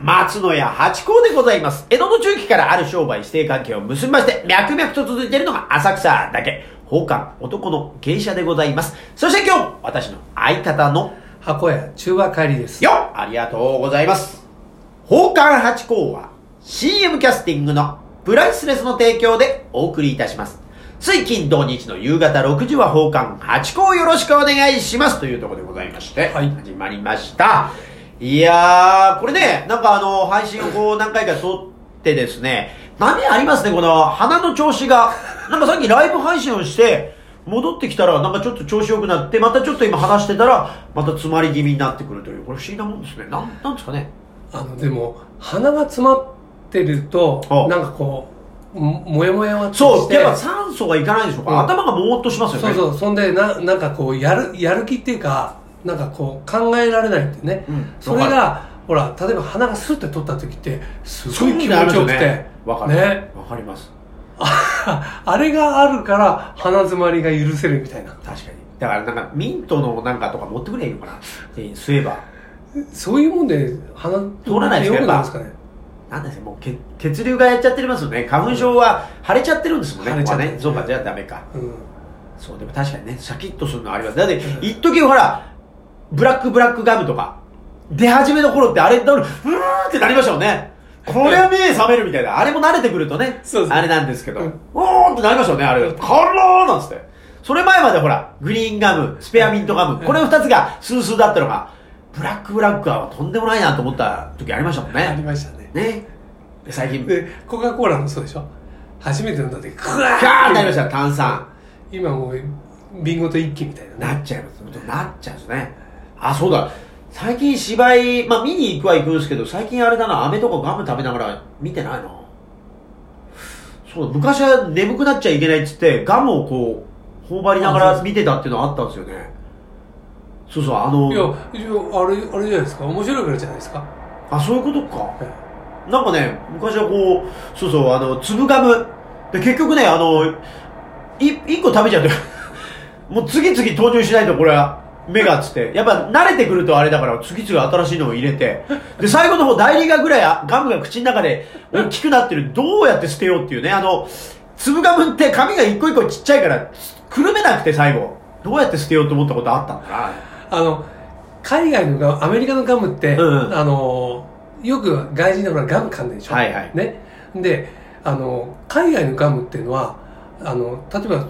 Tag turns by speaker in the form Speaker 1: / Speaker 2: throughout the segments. Speaker 1: 松野屋八甲でございます。江戸の中期からある商売指定関係を結びまして、脈々と続いているのが浅草だけ、宝冠男の芸者でございます。そして今日、私の相方の
Speaker 2: 箱屋中和帰りです
Speaker 1: よっありがとうございます。宝冠八甲は CM キャスティングのプライスレスの提供でお送りいたします。水金土日の夕方6時は宝冠八甲よろしくお願いしますというところでございまして、
Speaker 2: はい
Speaker 1: 始まりました。いやー、これね、なんかあの、配信をこう何回か撮ってですね、波ありますね、この鼻の調子が。なんかさっきライブ配信をして、戻ってきたらなんかちょっと調子良くなって、またちょっと今話してたら、また詰まり気味になってくるという、これ不思議なもんですね。なん、なんですかね。
Speaker 2: あのでも鼻が詰まってると
Speaker 1: あ
Speaker 2: なんかこうももやもやは
Speaker 1: そう、
Speaker 2: して
Speaker 1: やっぱ酸素がいかないんでしょうか、
Speaker 2: うん
Speaker 1: 頭がもーっとしますよね。
Speaker 2: そうそうそんでななんかこうやるやる気っていうかなんかこう考えられないっていうね、
Speaker 1: うん
Speaker 2: それがほら例えば鼻がスッて取った時ってす
Speaker 1: す
Speaker 2: ご
Speaker 1: ごい
Speaker 2: い気持
Speaker 1: 気
Speaker 2: ち
Speaker 1: 持ちよ
Speaker 2: よく
Speaker 1: く
Speaker 2: て
Speaker 1: て。わかる。
Speaker 2: ね
Speaker 1: わかります。
Speaker 2: ああれがあるから鼻詰まりが許せるみたいな
Speaker 1: 確かに。だからなんか、ミントのなんかとか持ってくればいいのかな。え吸えば。
Speaker 2: そういうもんで鼻
Speaker 1: 通らないです
Speaker 2: よ
Speaker 1: か
Speaker 2: くないですかね
Speaker 1: なんですかもう血血流がやっちゃってますよね。花粉症は腫れちゃってるんですもんね。
Speaker 2: 腫れちゃってる
Speaker 1: ここはね。そうか、じゃあダメか。
Speaker 2: うん
Speaker 1: そう、でも確かにね、シャキッとするのあります。だって
Speaker 2: う、ん
Speaker 1: 一時ほら、ブラックブラックガムとか、出始めの頃ってあれだろ、うーんってなりましたよね。これは目覚めるみたいな。あれも慣れてくるとね、
Speaker 2: そうそう
Speaker 1: あれなんですけど、
Speaker 2: う
Speaker 1: うんおーんってなりましたよね、あれ。からーなんつって。それ前までほら、グリーンガム、スペアミントガム、
Speaker 2: うん
Speaker 1: これ二つがスースーだったのが、ブラックブラックはとんでもないなと思った時ありましたもん
Speaker 2: あり
Speaker 1: ね。
Speaker 2: ましたね
Speaker 1: ね。で最近、
Speaker 2: でコカ・コーラもそうでしょ初めて飲んだ時クワ
Speaker 1: ガーってなりましたよ、炭酸。
Speaker 2: 今もうビンゴと一気みたいな
Speaker 1: な
Speaker 2: ね
Speaker 1: っちゃいます。なっちゃうんですね。あ、そうだ。最近芝居、まあ見に行くは行くんですけど、最近あれだな、飴とかガム食べながら見てないな。そうだ、昔は眠くなっちゃいけないっつって、ガムをこう、頬張りながら見てたっていうのあったんですよね。そうそう、あ
Speaker 2: いやいや
Speaker 1: の、
Speaker 2: あれあれじゃないですか面白いからじゃないですか、
Speaker 1: あ、そういうことか。
Speaker 2: はい
Speaker 1: なんかね、昔はこう、そうそう、あの、粒ガム。で、結局ね、あの、い、一個食べちゃって、 もう次々投入しないと、これは、目がつって。やっぱ慣れてくるとあれだから、次々新しいのを入れて。で、最後の方、大リーガーぐらいあガムが口の中で大きくなってる。どうやって捨てようっていうね。あの、粒ガムって紙が一個一個ちっちゃいから、くるめなくて最後。どうやって捨てようと思ったことあったんだな。
Speaker 2: あの海外のガムアメリカのガムって、
Speaker 1: うんうん
Speaker 2: あのよく外人だからガム噛んでるでしょ、
Speaker 1: はいはい
Speaker 2: ね、であの海外のガムっていうのはあの例えば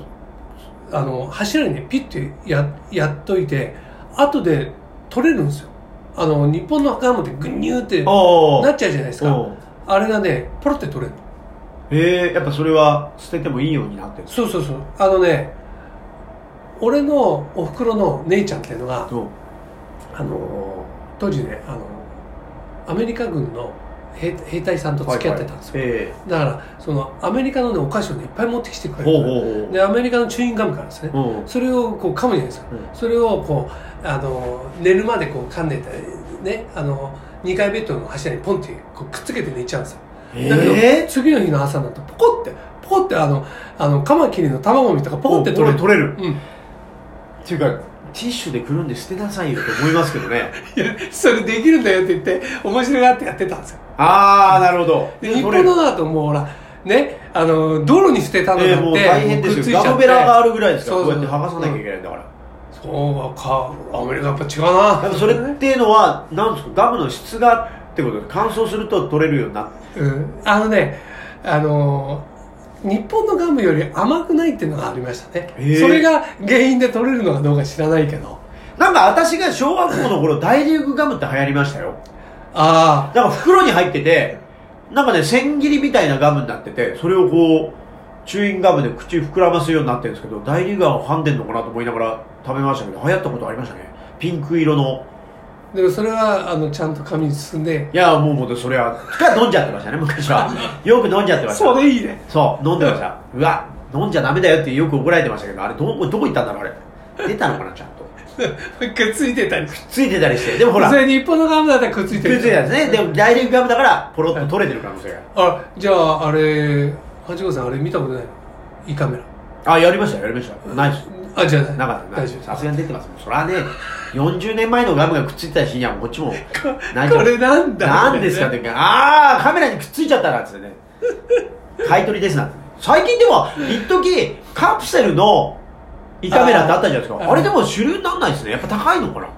Speaker 2: あの柱にねピッてややっといて後で取れるんですよあの日本のガムってグニューってな
Speaker 1: おー
Speaker 2: っちゃうじゃないです
Speaker 1: お
Speaker 2: か
Speaker 1: ー
Speaker 2: あれがねポロって取れる
Speaker 1: えー、やっぱそれは捨ててもいいようになってるんです
Speaker 2: そうそうそうあのね俺のおふくろの姉ちゃんっていうのが
Speaker 1: うん
Speaker 2: あの当時ねあのアメリカ軍の兵兵隊さんと付き合ってたんですよ、
Speaker 1: はいはいえ
Speaker 2: だからそのアメリカの、ね、お菓子を、ね、いっぱい持ってきてく
Speaker 1: え
Speaker 2: れる
Speaker 1: ほう
Speaker 2: のね
Speaker 1: ほう
Speaker 2: でアメリカのチューインガムからですね、
Speaker 1: ほううん
Speaker 2: それをこう噛むじゃないですか、
Speaker 1: うん
Speaker 2: それをこうあの寝るまでこう噛んでたねあの2階ベッドの柱にポンってこうくっつけて寝ちゃうんですよだけど、
Speaker 1: え
Speaker 2: 次の日の朝になるとポコってポコってあのあのカマキリの卵みたいなのがポコって取れる
Speaker 1: 取れる
Speaker 2: うん
Speaker 1: っていうかティッシュでくるんで捨てなさいよと思いますけどね
Speaker 2: いやそれできるんだよって言って面白いなってやってたんですよ
Speaker 1: ああなるほど
Speaker 2: で日
Speaker 1: 取れる
Speaker 2: 本のだともうほらねあの道路に捨てたの
Speaker 1: え
Speaker 2: だ
Speaker 1: ーも
Speaker 2: っ
Speaker 1: う
Speaker 2: て、
Speaker 1: 大変ですよガムベラがあるぐらいですから
Speaker 2: そう
Speaker 1: こう
Speaker 2: そう
Speaker 1: やって剥がさなきゃいけないんだから
Speaker 2: そうかアメリカやっぱ違う
Speaker 1: や
Speaker 2: な
Speaker 1: っぱそれっていうのはなんですかガムの質がってことで乾燥すると取れるようになって
Speaker 2: うん、あのねあの日本のガムより甘くないっていうのがありましたね
Speaker 1: へー
Speaker 2: それが原因で取れるのかどうか知らないけど
Speaker 1: なんか私が小学校の頃大リーグガムって流行りましたよ
Speaker 2: あ
Speaker 1: なんか袋に入っててなんかね千切りみたいなガムになっててそれをこうチューインガムで口膨らますようになってるんですけど大リーガーをはんでんのかなと思いながら食べましたけど流行ったことありましたねピンク色の
Speaker 2: あでもそれはあのちゃんと紙に包んで
Speaker 1: いやもうもうそれはが飲んじゃってましたね昔 はよく飲んじゃってました
Speaker 2: それいいね
Speaker 1: そう飲んでましたうわ飲んじゃダメだよってよく怒られてましたけどあれどこどこ行ったんだろうあれ出たのかなちゃんと
Speaker 2: くっついてたり
Speaker 1: ついてたりしてでもほら
Speaker 2: そ
Speaker 1: つい
Speaker 2: れ日本のガムだったらくっつ
Speaker 1: て
Speaker 2: いて
Speaker 1: た
Speaker 2: る
Speaker 1: んですねでも大リーグガムだからポロッと取れてる可能性が
Speaker 2: あじゃああれ八五さんあれ見たことないの胃カメラ
Speaker 1: あやりましたやりましたナイス
Speaker 2: あじゃあない
Speaker 1: なかった
Speaker 2: 大丈夫
Speaker 1: さすがに出てますもんそれはね40年前のガムがくっついてた日にはこっちも泣いちゃ
Speaker 2: こ
Speaker 1: う
Speaker 2: れなんだ
Speaker 1: なんですかって言うからああカメラにくっついちゃったなっつってね買い取りですなんて最近でも一時カプセルの胃カメラってあったじゃないです
Speaker 2: あ
Speaker 1: か
Speaker 2: ー
Speaker 1: あれでも主流になんないですねやっぱ高いのかな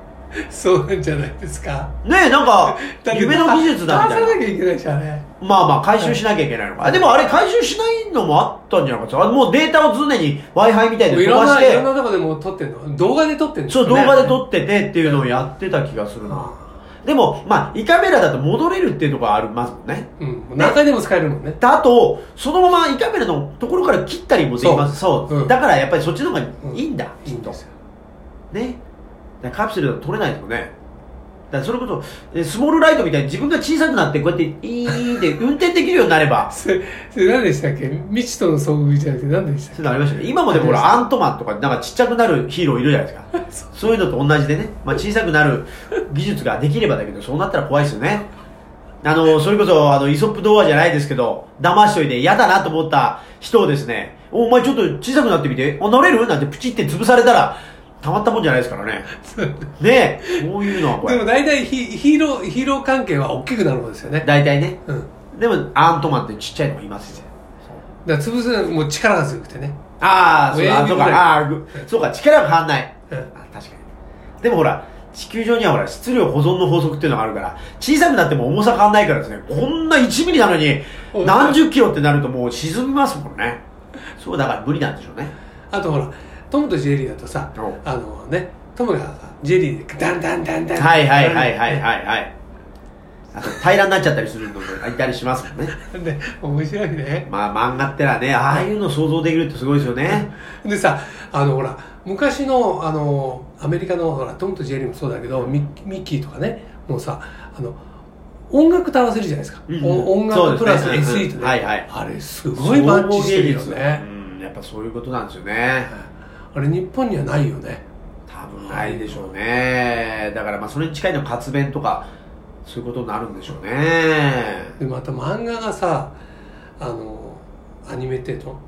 Speaker 2: そうなんじゃないですか
Speaker 1: ねえなんか
Speaker 2: だって
Speaker 1: 夢の技術だみたい
Speaker 2: 出
Speaker 1: な
Speaker 2: さなきゃいけないじゃんね
Speaker 1: まあまあ回収しなきゃいけないのか、あでもあれ回収しないのもあったんじゃないかったあもうデータを常に w i f i みたい
Speaker 2: い
Speaker 1: に飛
Speaker 2: ろん
Speaker 1: ばし
Speaker 2: な
Speaker 1: て
Speaker 2: いろんなとこでもう撮ってんの動画で撮ってんの
Speaker 1: そう動画で撮
Speaker 2: っ
Speaker 1: っててっていうのをやってた気がするな、でもまあ胃カメラだと戻れるっていうところありますもんね
Speaker 2: うん何回でも使えるもんね
Speaker 1: であとそのまま胃カメラのところから切ったりもできますそう
Speaker 2: うん
Speaker 1: だからやっぱりそっちの方がいいんだ、
Speaker 2: いい
Speaker 1: きっ
Speaker 2: ん
Speaker 1: と
Speaker 2: ですよ
Speaker 1: ねだからカプセルだと撮れないですもんねだからそれこそえスモールライトみたいに自分が小さくなってこうやってイーンって運転できるようになれば
Speaker 2: それそれ何でしたっけ未知との遭遇じゃなくて何でしたっ
Speaker 1: そういうのありましたね今もでもほらアントマンとかなんかちっちゃくなるヒーローいるじゃないです かそういうのと同じでね、まあ、小さくなる技術ができればだけどそうなったら怖いですよねあのそれこそあのイソップ童話じゃないですけど騙しといて嫌だなと思った人をですねおお前ちょっと小さくなってみてあなれるなんてプチって潰されたらたまったもんじゃないですからね
Speaker 2: け
Speaker 1: ねえそういうのはこ
Speaker 2: でも
Speaker 1: れ
Speaker 2: 大体ヒヒーローヒーロー関係は大きくなるもんですよね
Speaker 1: 大体ね
Speaker 2: うん
Speaker 1: でもアントマンってちっちゃいのもいますよ
Speaker 2: だから潰すのもう力が強くてね
Speaker 1: ああそう
Speaker 2: 親
Speaker 1: か
Speaker 2: 指
Speaker 1: そう
Speaker 2: ぐらい
Speaker 1: かあーぐそうか力が変わんない
Speaker 2: うん
Speaker 1: あ確かにでもほら地球上にはほら質量保存の法則っていうのがあるから小さくなっても重さ変わんないからですねこんな1ミリなのに
Speaker 2: お
Speaker 1: 何十キロってなるともう沈みますもんねそうだから無理なんでしょうね
Speaker 2: あとほらトムとジェリーだとさ
Speaker 1: お
Speaker 2: あのねトムがさジェリーでダンダンダンダン
Speaker 1: はいはいはいはいはいはいあと平らになっちゃったりするのもいたりしますもんね
Speaker 2: で面白いね
Speaker 1: まあ漫画ってのはねああいうの想像できるってすごいですよね
Speaker 2: でさあのほら昔のあのアメリカのほらトムとジェリーもそうだけどミッミッキーとかねもうさあの音楽と合わせるじゃないですか、
Speaker 1: うん
Speaker 2: お音
Speaker 1: そう
Speaker 2: 楽
Speaker 1: です
Speaker 2: プ
Speaker 1: ね
Speaker 2: ラス SE とね、
Speaker 1: うんはいはい
Speaker 2: あれすごいマッチしてるよ
Speaker 1: 総合
Speaker 2: ね
Speaker 1: 芸術うんやっぱそういうことなんですよね
Speaker 2: あれ日本にはないよね
Speaker 1: 多分ないでしょうねだからまあそれに近いのは活弁とかそういうことになるんでしょうね
Speaker 2: でまた漫画がさあのアニメっての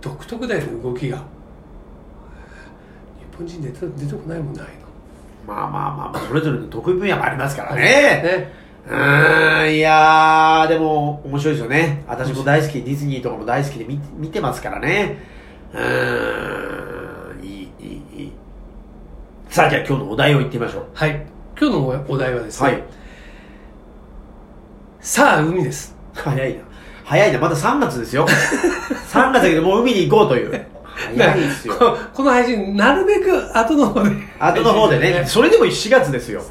Speaker 2: 独特だよね動きが日本人出て出てこないもんない
Speaker 1: まあまあまあまあそれぞれの得意分野がありますから
Speaker 2: の
Speaker 1: ね
Speaker 2: ね
Speaker 1: うーんいやーでも面白いですよね私も大好きディズニーとかも大好きで見見てますからねうーんいいいいいいさあじゃあ今日のお題を言ってみましょう
Speaker 2: はい今日のおお題はですね、
Speaker 1: はい
Speaker 2: さあ海です
Speaker 1: 早いな早いなまだ3月ですよ3月だけどもう海に行こうという早い ですよ
Speaker 2: ここの配信なるべく後の方で
Speaker 1: 後の方でね、それでも4月ですよ。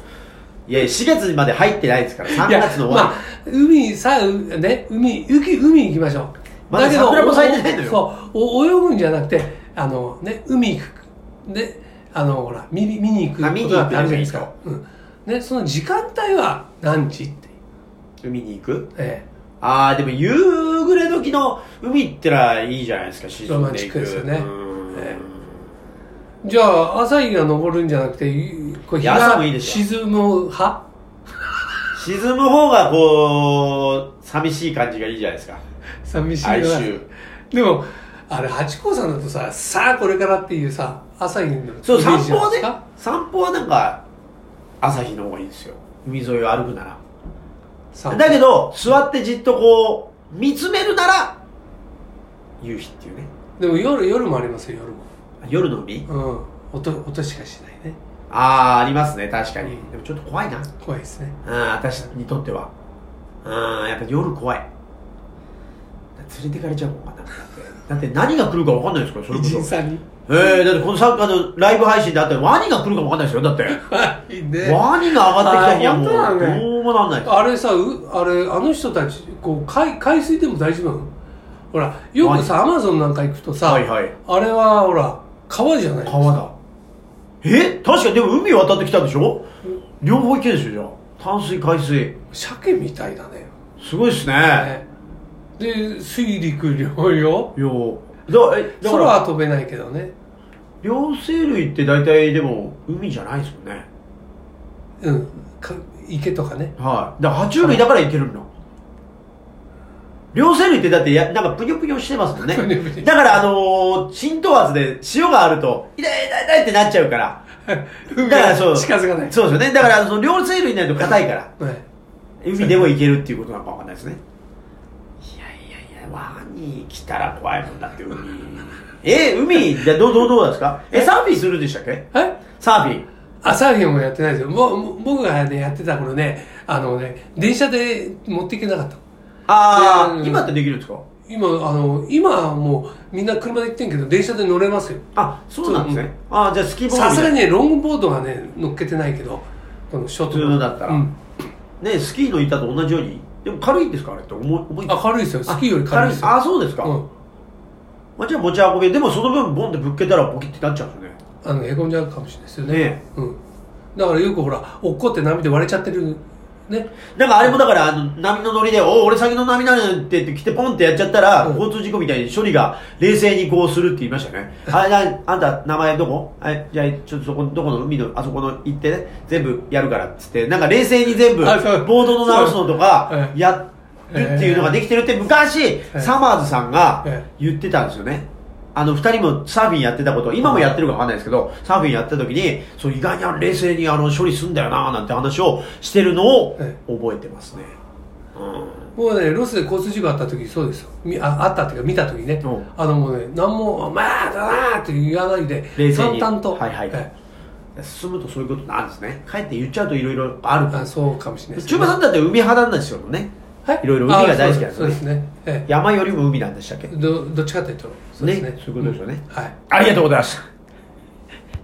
Speaker 1: いや、4月まで入ってないですから、3
Speaker 2: いや
Speaker 1: 月の終
Speaker 2: まあ
Speaker 1: わ
Speaker 2: 海さあうね海海海行きましょう
Speaker 1: まだ桜も咲いてないのよ
Speaker 2: そうお泳ぐんじゃなくてあのね海行くねあのほら見に見に行く
Speaker 1: あ見に行く
Speaker 2: ことだってあるじゃないですか、うんね、その時間帯は何時っていう、
Speaker 1: り、海に行く。
Speaker 2: え
Speaker 1: あー、でも夕暮れ時の海ってらいいじゃないですか、沈んでいく。
Speaker 2: ロマンチックですよね
Speaker 1: うーん
Speaker 2: ええじゃあ朝日が昇るんじゃなくていこう日
Speaker 1: いや朝
Speaker 2: が
Speaker 1: もいいですよ
Speaker 2: 沈む派
Speaker 1: 沈む方がこう、寂しい感じがいいじゃないですか。
Speaker 2: 寂しい
Speaker 1: 哀
Speaker 2: のは
Speaker 1: 愁。
Speaker 2: でもあれ八甲さんだとささあこれからっていうさ朝日のイメージ
Speaker 1: そう、散
Speaker 2: じ
Speaker 1: 歩
Speaker 2: ゃない
Speaker 1: は
Speaker 2: です
Speaker 1: ね
Speaker 2: か、
Speaker 1: 散歩はなんか、朝日の方がいいですよ。海沿いを歩くなら。
Speaker 2: 散歩
Speaker 1: だけど、座ってじっとこう、見つめるなら、夕日っていうね。
Speaker 2: でも夜夜もありますよ夜も
Speaker 1: 夜の海
Speaker 2: うん音音しかしないね
Speaker 1: ああ、ありますね、確かに。でもちょっと怖いな。
Speaker 2: 怖いですね
Speaker 1: うん、私にとっては。うん、やっぱ夜怖い。連れてかれちゃうもんかな。だって何が来るか分かんないですから、それ
Speaker 2: 偉
Speaker 1: こ
Speaker 2: 人
Speaker 1: そ。
Speaker 2: さんに
Speaker 1: ええだってこのさっきあのライブ配信であって、ワニが来るかも分かんないですよ、だって。
Speaker 2: いいね
Speaker 1: ワニが上がってきた日はも
Speaker 2: あ
Speaker 1: う、
Speaker 2: ー本当だね
Speaker 1: どうもなんないです。
Speaker 2: あれさうあれあの人たちこう海海水でも大丈夫なのほらよくさアマゾンなんか行くとさ、
Speaker 1: はいはい。
Speaker 2: あれはほら川じゃないですか
Speaker 1: 川だ。え確かにでも海渡ってきたんでしょ両方行けるでしょ、じゃあ。淡水、海水。
Speaker 2: 鮭みたいだね
Speaker 1: すごいっすね。
Speaker 2: ねで水陸両用
Speaker 1: よう。だ、え、だか
Speaker 2: 空
Speaker 1: ら、
Speaker 2: は飛べないけどね
Speaker 1: 両生類って大体でも海じゃないですもんね。
Speaker 2: うんか池とかね
Speaker 1: はい。だから、爬虫類だからいけるんだ。両生類ってだってや、なんかぷにょぷにょしてますもんね
Speaker 2: ぷにょぷにょ。
Speaker 1: だから、あのー浸透圧で塩があると、痛い痛い痛いってなっちゃうから、
Speaker 2: 海
Speaker 1: だからそう
Speaker 2: が近づかない。
Speaker 1: そうですよねだからその両生類になると硬いから
Speaker 2: はい
Speaker 1: 海でも行けるっていうことなのかわかんないですねいやいやいやワニ来たら怖いもんだって海え海じゃあどうどうどうですかえサーフィンするでしたっけ
Speaker 2: はい
Speaker 1: サーフィン
Speaker 2: あ、サーフィンもやってないですよ。ぼぼ僕がね、やってた頃ね、あのね、電車で持っていけなかった。
Speaker 1: ああ
Speaker 2: うん
Speaker 1: 今ってできるんですか
Speaker 2: 今、あの、今はもうみんな車で行ってんけど、電車で乗れますよ。
Speaker 1: あそうなんですねあーじゃあスキーボード
Speaker 2: さ
Speaker 1: み
Speaker 2: す
Speaker 1: た
Speaker 2: が
Speaker 1: い
Speaker 2: に
Speaker 1: な
Speaker 2: ね、ロングボードはね、乗っけてないけど、このショートボード
Speaker 1: 普通のだったら
Speaker 2: うん。
Speaker 1: ねスキーの板と同じようにでも軽いんですかあれって重い重いんです
Speaker 2: あ、
Speaker 1: か
Speaker 2: 軽いですよ。スキーより軽いですよ。
Speaker 1: あそうですか、
Speaker 2: うん。
Speaker 1: まあ、じゃあ持ち運びでもその分ボンってぶっけたらボキってなっちゃうんですよね
Speaker 2: あの、へこんじゃうかもしれないですよね。
Speaker 1: ね
Speaker 2: うん。だからよくほら、落っこって波で割れちゃってる、ね。
Speaker 1: なんかあれもだから、あの、波のノリで、お俺先の波なのって言って来てポンってやっちゃったら、
Speaker 2: うん
Speaker 1: 交通事故みたいに処理が冷静にこうするって言いましたね。あ、な、あんた名前どこあじゃあ、ちょっとそこ、どこの海の、あそこの行ってね、全部やるからっつって、なんか冷静に全部、ボ
Speaker 2: あそう
Speaker 1: ードの直すのとか
Speaker 2: そ、う
Speaker 1: やるっていうのができてるって昔、
Speaker 2: え
Speaker 1: サマーズさんが
Speaker 2: え
Speaker 1: 言ってたんですよね。あの、二人もサーフィンやってたこと、今もやってるかわかんないですけど、サーフィンやってた時に、そう、意外にあの冷静にあの処理すんだよな、なんて話をしてるのを
Speaker 2: え
Speaker 1: 覚えてますね。うん。
Speaker 2: もうね、ロスで交通事故あった時、そうですよ。みああったっていうか、見た時ね
Speaker 1: うん。
Speaker 2: あのもうね、何も、お前だなーって言わないで、
Speaker 1: 冷静に
Speaker 2: 淡々と。
Speaker 1: はいはい
Speaker 2: え
Speaker 1: 進むとそういうことなんですね。かえって言っちゃうといろいろある
Speaker 2: えあそうかもしれないです
Speaker 1: 中
Speaker 2: ね
Speaker 1: 馬さんだって海派なんですよね。
Speaker 2: はい
Speaker 1: いろいろ海が大好きなんで
Speaker 2: あ
Speaker 1: すね
Speaker 2: そうそうですね。え
Speaker 1: 山よりも海なんでしたっけ
Speaker 2: えどどっちかというと、そうですね。
Speaker 1: ねそういうことですよね
Speaker 2: うんはい。
Speaker 1: ありがとうございました。